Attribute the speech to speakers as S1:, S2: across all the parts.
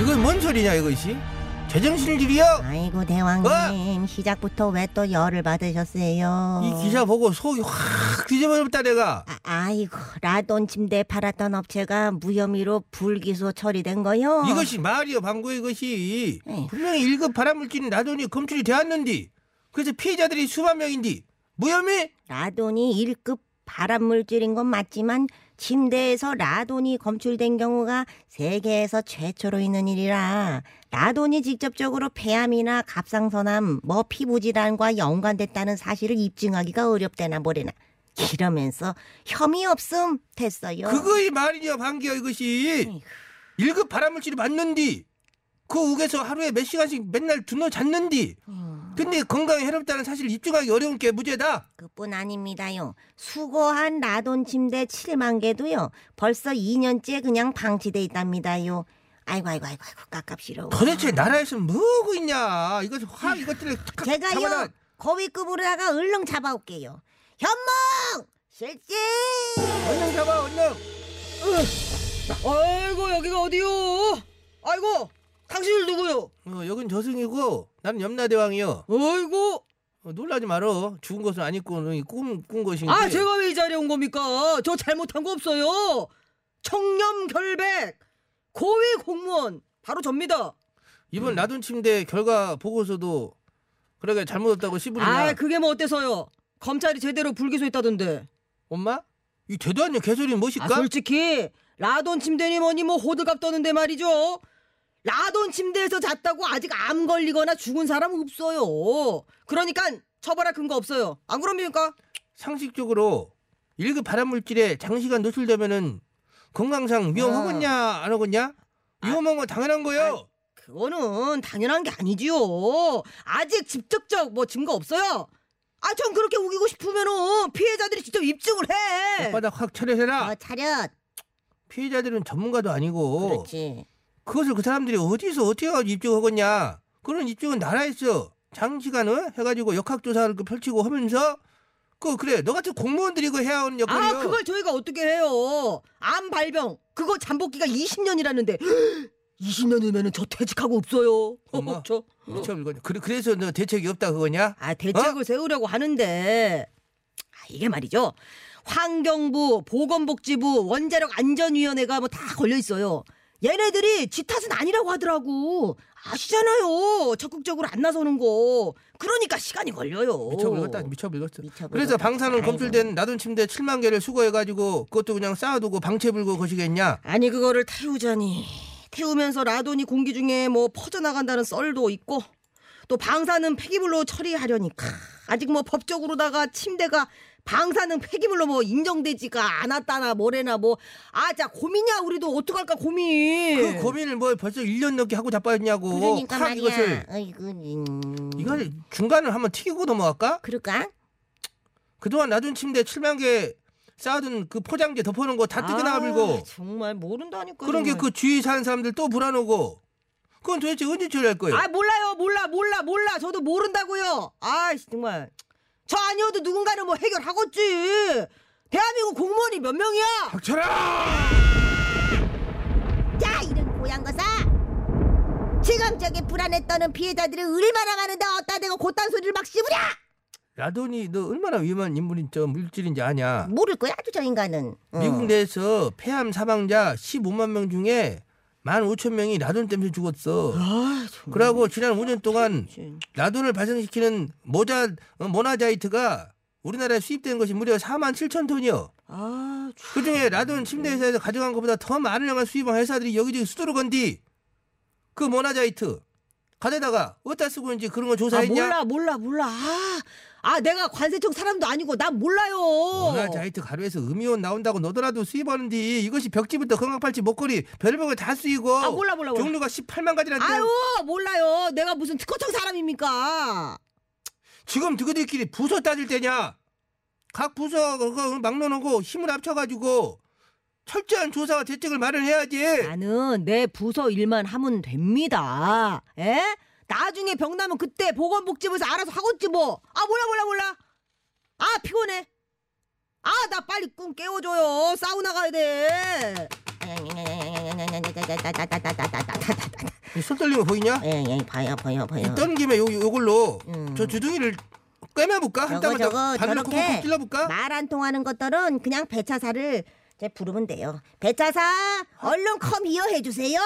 S1: 이건 뭔 소리냐 이것이? 제정신들이야?
S2: 아이고 대왕님 시작부터 왜 또 열을 받으셨어요?
S1: 어? 이 기사 보고 속이 확 뒤집어졌다 내가
S2: 아, 이고 라돈 침대 팔았던 업체가 무혐의로 불기소 처리된 거요.
S1: 이것이 말이여 방구 이것이
S2: 에이.
S1: 분명히 1급 발암물질인 라돈이 검출이 되었는디 그래서 피해자들이 수만 명인디 무혐의?
S2: 라돈이 1급 발암물질인 건 맞지만 침대에서 라돈이 검출된 경우가 세계에서 최초로 있는 일이라 라돈이 직접적으로 폐암이나 갑상선암, 뭐 피부 질환과 연관됐다는 사실을 입증하기가 어렵대나 뭐래나 이러면서 혐의 없음 됐어요.
S1: 그거이 말이여 방귀여 이것이
S2: 에이구.
S1: 1급 발암물질이 맞는디 그 욱에서 하루에 몇 시간씩 맨날 두너 잤는디
S2: 음.
S1: 근데 건강에 해롭다는 사실을 입증하기 어려운 게 무죄다
S2: 그뿐 아닙니다요. 수거한 라돈 침대 7만 개도요. 벌써 2년째 그냥 방치돼 있답니다요. 아이고 아이고 아이고 아이고 깝깝시러워.
S1: 도대체 나라에서 뭐하고 있냐 이것을 확 이것들을 탁 잡아놔.
S2: 제가요 거위급으로다가 얼른 잡아올게요. 현몽 실지.
S1: 얼른 잡아 얼른
S3: 아이고 여기가 어디요? 아이고 당신들 누구요?
S1: 어, 여긴 저승이고 나는 염라대왕이요.
S3: 아이고
S1: 어, 놀라지 말어. 죽은 것은 아니고 꿈꾼 것인데.
S3: 아 제가 왜 이 자리에 온 겁니까? 저 잘못한 거 없어요. 청렴 결백 고위 공무원 바로 접니다.
S1: 이번 라돈 침대 결과 보고서도 그러게 잘못했다고
S3: 아
S1: 씨부리나.
S3: 그게 뭐 어때서요? 검찰이 제대로 불기소했다던데.
S1: 엄마? 이 되도 않는 개소리 는
S3: 아,
S1: 무엇일까?
S3: 솔직히 라돈 침대니 뭐니 뭐 호들갑 떠는데 말이죠. 라돈 침대에서 잤다고 아직 암 걸리거나 죽은 사람 없어요. 그러니까 처벌할 근거 없어요. 안 그럽니까?
S1: 상식적으로 1급 발암물질에 장시간 노출되면은 건강상
S3: 아.
S1: 위험하겠냐 안 하겠냐? 위험한 건 당연한 거요.
S3: 그거는 당연한 게 아니지요. 아직 직접적 뭐 증거 없어요. 아, 전 그렇게 우기고 싶으면은 피해자들이 직접 입증을 해.
S1: 오빠닥 네. 확 처리해라.
S3: 아.
S2: 어 차렷.
S1: 피해자들은 전문가도 아니고
S2: 그렇지.
S1: 그것을 그 사람들이 어디서 어떻게 해가지고 입증하겠냐. 그런 입증은 나라에서 장시간을 해가지고 역학조사를 그 펼치고 하면서 그 그래 너 같은 공무원들이 그 해야 하는 역할이요.
S3: 아, 그걸 저희가 어떻게 해요? 암 발병 그거 잠복기가 20년이라는데 20년이면은 저 퇴직하고 없어요.
S1: 엄마. 그렇죠.
S3: 저.
S1: 미쳐 물건. 그래 그래서 너 대책이 없다 그거냐?
S3: 아, 대책을 세우려고 하는데 아, 이게 말이죠. 환경부, 보건복지부, 원자력 안전위원회가 뭐 다 걸려 있어요. 얘네들이 지 탓은 아니라고 하더라고. 아시잖아요. 적극적으로 안 나서는 거. 그러니까 시간이 걸려요.
S1: 미쳐 물었다 미쳐 물었어.
S2: 미쳐버려.
S1: 그래서 방사능
S2: 아이고.
S1: 검출된 놔둔 침대 7만 개를 수거해가지고 그것도 그냥 쌓아두고 방치 불고 거시겠냐?
S3: 아니 그거를 태우자니 태우면서 라돈이 공기 중에 뭐 퍼져나간다는 썰도 있고 또 방사능 폐기물로 처리하려니까 아직 뭐 법적으로다가 침대가 방사능 폐기물로 뭐 인정되지가 않았다나 뭐래나 뭐 아 자 고민이야 우리도 어떡할까 고민
S1: 그 고민을 뭐 벌써 1년 넘게 하고 자빠졌냐고.
S2: 그러니까
S1: 확
S2: 말이야.
S1: 이것을
S2: 아이고. 음.
S1: 이걸 중간을 한번 튀기고 넘어갈까?
S2: 그럴까?
S1: 그동안 놔둔 침대 7만 개 쌓아둔 그 포장재 덮어놓은 거 다 뜯겨나가
S3: 아,
S1: 밀고
S3: 정말 모른다니까
S1: 그런 게 그 주위 사는 사람들 또 불안하고 그건 도대체 언제 처리할 거예요?
S3: 아 몰라요 몰라 몰라 몰라 저도 모른다고요 아 정말 저 아니어도 누군가는 뭐 해결하겠지 대한민국 공무원이 몇 명이야
S1: 닥쳐라!
S2: 야 이런 고양거사. 지금 저기 불안에 떠는 피해자들이 얼마나 많은데 어따 대고 곧단 소리를 막 씹으랴?
S1: 라돈이 너 얼마나 위험한 인물인 저 물질인지 아냐?
S2: 모를 거야 아주 저 인간은. 어.
S1: 미국 내에서 폐암 사망자 15만 명 중에 1만 5천 명이 라돈 때문에 죽었어.
S3: 아, 정말.
S1: 그러고 지난 5년 동안 라돈을 발생시키는 모자 어, 모나자이트가 우리나라에 수입된 것이 무려 4만 7천 톤이요.
S3: 아, 참.
S1: 그중에 라돈 침대 회사에서 가져간 것보다 더 많은 양을 수입한 회사들이 여기저기 수두로 건디 그 모나자이트 가져다가 어디다 쓰고 있는지 그런 걸
S3: 아,
S1: 조사했냐?
S3: 몰라 몰라 몰라. 아, 아 내가 관세청 사람도 아니고 난 몰라요.
S1: 원화자이트 가루에서 음이온 나온다고 너더라도 수입하는데 이것이 벽지부터 건강팔찌 목걸이 별벽을 다 수이고
S3: 아, 몰라, 몰라, 몰라.
S1: 종류가 18만 가지라는
S3: 아유 몰라요. 내가 무슨 특허청 사람입니까?
S1: 지금 너희들끼리 부서 따질 때냐? 각 부서 그거 막론하고 힘을 합쳐가지고 철저한 조사와 대책을
S3: 아,
S1: 마련해야지.
S3: 나는 내 부서 일만 하면 됩니다. 에? 나중에 병 나면 그때 보건복지부에서 알아서 하겠지 뭐. 아 몰라 몰라 몰라. 아 피곤해. 아 나 빨리 꿈 깨워줘요. 사우나 가야 돼.
S1: 손 떨리면 보이냐?
S2: 에이, 봐요, 봐요, 봐요.
S1: 떠는 김에 요, 요- 요걸로
S2: 음.
S1: 저 주둥이를 꿰매볼까? 한
S2: 저거,
S1: 땀 한땀
S2: 저거,
S1: 발로
S2: 저렇게.
S1: 콕콕 찔러볼까?
S2: 말 안 통하는 것들은 그냥 배차사를 이제 부르면 돼요. 배차사, 얼른 컴 히어 해주세요.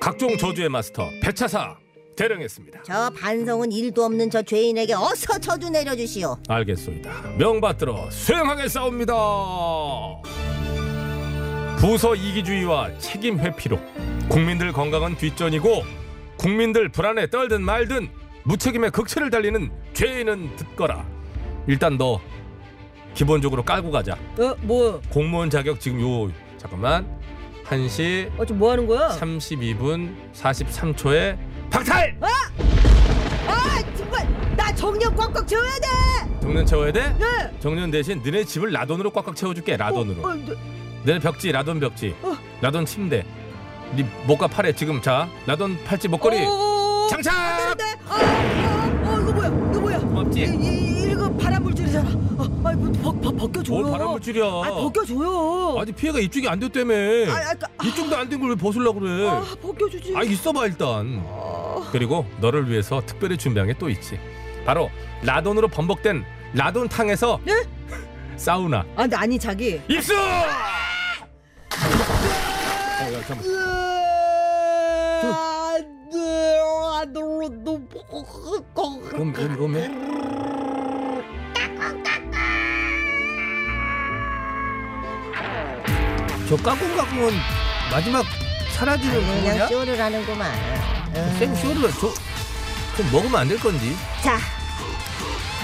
S4: 각종 저주의 마스터 배차사 대령했습니다.
S2: 저 반성은 일도 없는 저 죄인에게 어서 저주 내려주시오.
S4: 알겠소이다. 명받들어 수행하게 싸웁니다. 부서 이기주의와 책임 회피로 국민들 건강은 뒷전이고 국민들 불안에 떨든 말든 무책임의 극치를 달리는 죄인은 듣거라. 일단 너 기본적으로 깔고 가자.
S3: 어 뭐?
S4: 공무원 자격 지금 요 잠깐만 1시
S3: 어 지금 뭐 하는 거야?
S4: 32분 43초에 박탈!
S3: 아 정말 나 정력 꽉꽉 채워야 돼.
S4: 정년 채워야 돼?
S3: 네.
S4: 정년 대신 너네 집을 라돈으로 꽉꽉 채워줄게 그 라돈으로
S3: 어, 어,
S4: 내 벽지 라돈 벽지
S3: 어.
S4: 라돈 침대 네 목과 팔에 지금 자 라돈 팔찌 목걸이
S3: 어, 어, 어.
S4: 장착
S3: 네. 아, 아, 어 이거 뭐야? 이거 뭐야?
S4: 고맙지?
S3: 이, 이, 이거 바람물질이잖아. 아, 아이 뭐, 벗, 벗, 벗겨줘요.
S4: 뭘 바람을 줄여
S3: 아, 벗겨줘요.
S4: 아니 피해가 이쪽이 안 됐다며
S3: 아, 아, 아,
S4: 이쪽도 안 된 걸 왜 벗으려고 그래
S3: 아, 벗겨주지.
S4: 아 있어봐 일단 그리고 너를 위해서 특별히 준비한 게 또 있지 바로 라돈으로 번복된 라돈탕에서
S3: 예?
S4: 사우나
S3: 아, 근데 아니 자기.
S4: 입수 어, 야, 잠깐만. 네.
S3: 아, 네. 뭐, 그,
S4: 음, 음, 음, 음.
S1: 저 까꿍까꿍은 마지막 사라지는 거냐?
S2: 그냥 쇼를 하는구만. 음.
S1: 생 쇼를 저, 좀 먹으면 안 될 건지.
S2: 자,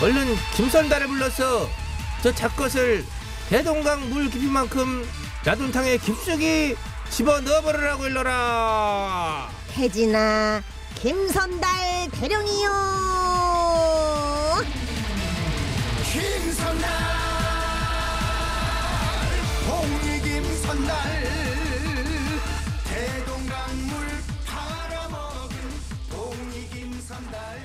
S1: 얼른 김선달을 불러서 저 잡것을 대동강 물 깊이만큼 라돈탕에 깊숙이 집어 넣어버리라고 일러라.
S2: 태진아, 김선달 대령이요.
S5: 김선날 홍이 김선날 대동강물 팔아먹은 홍이 김선날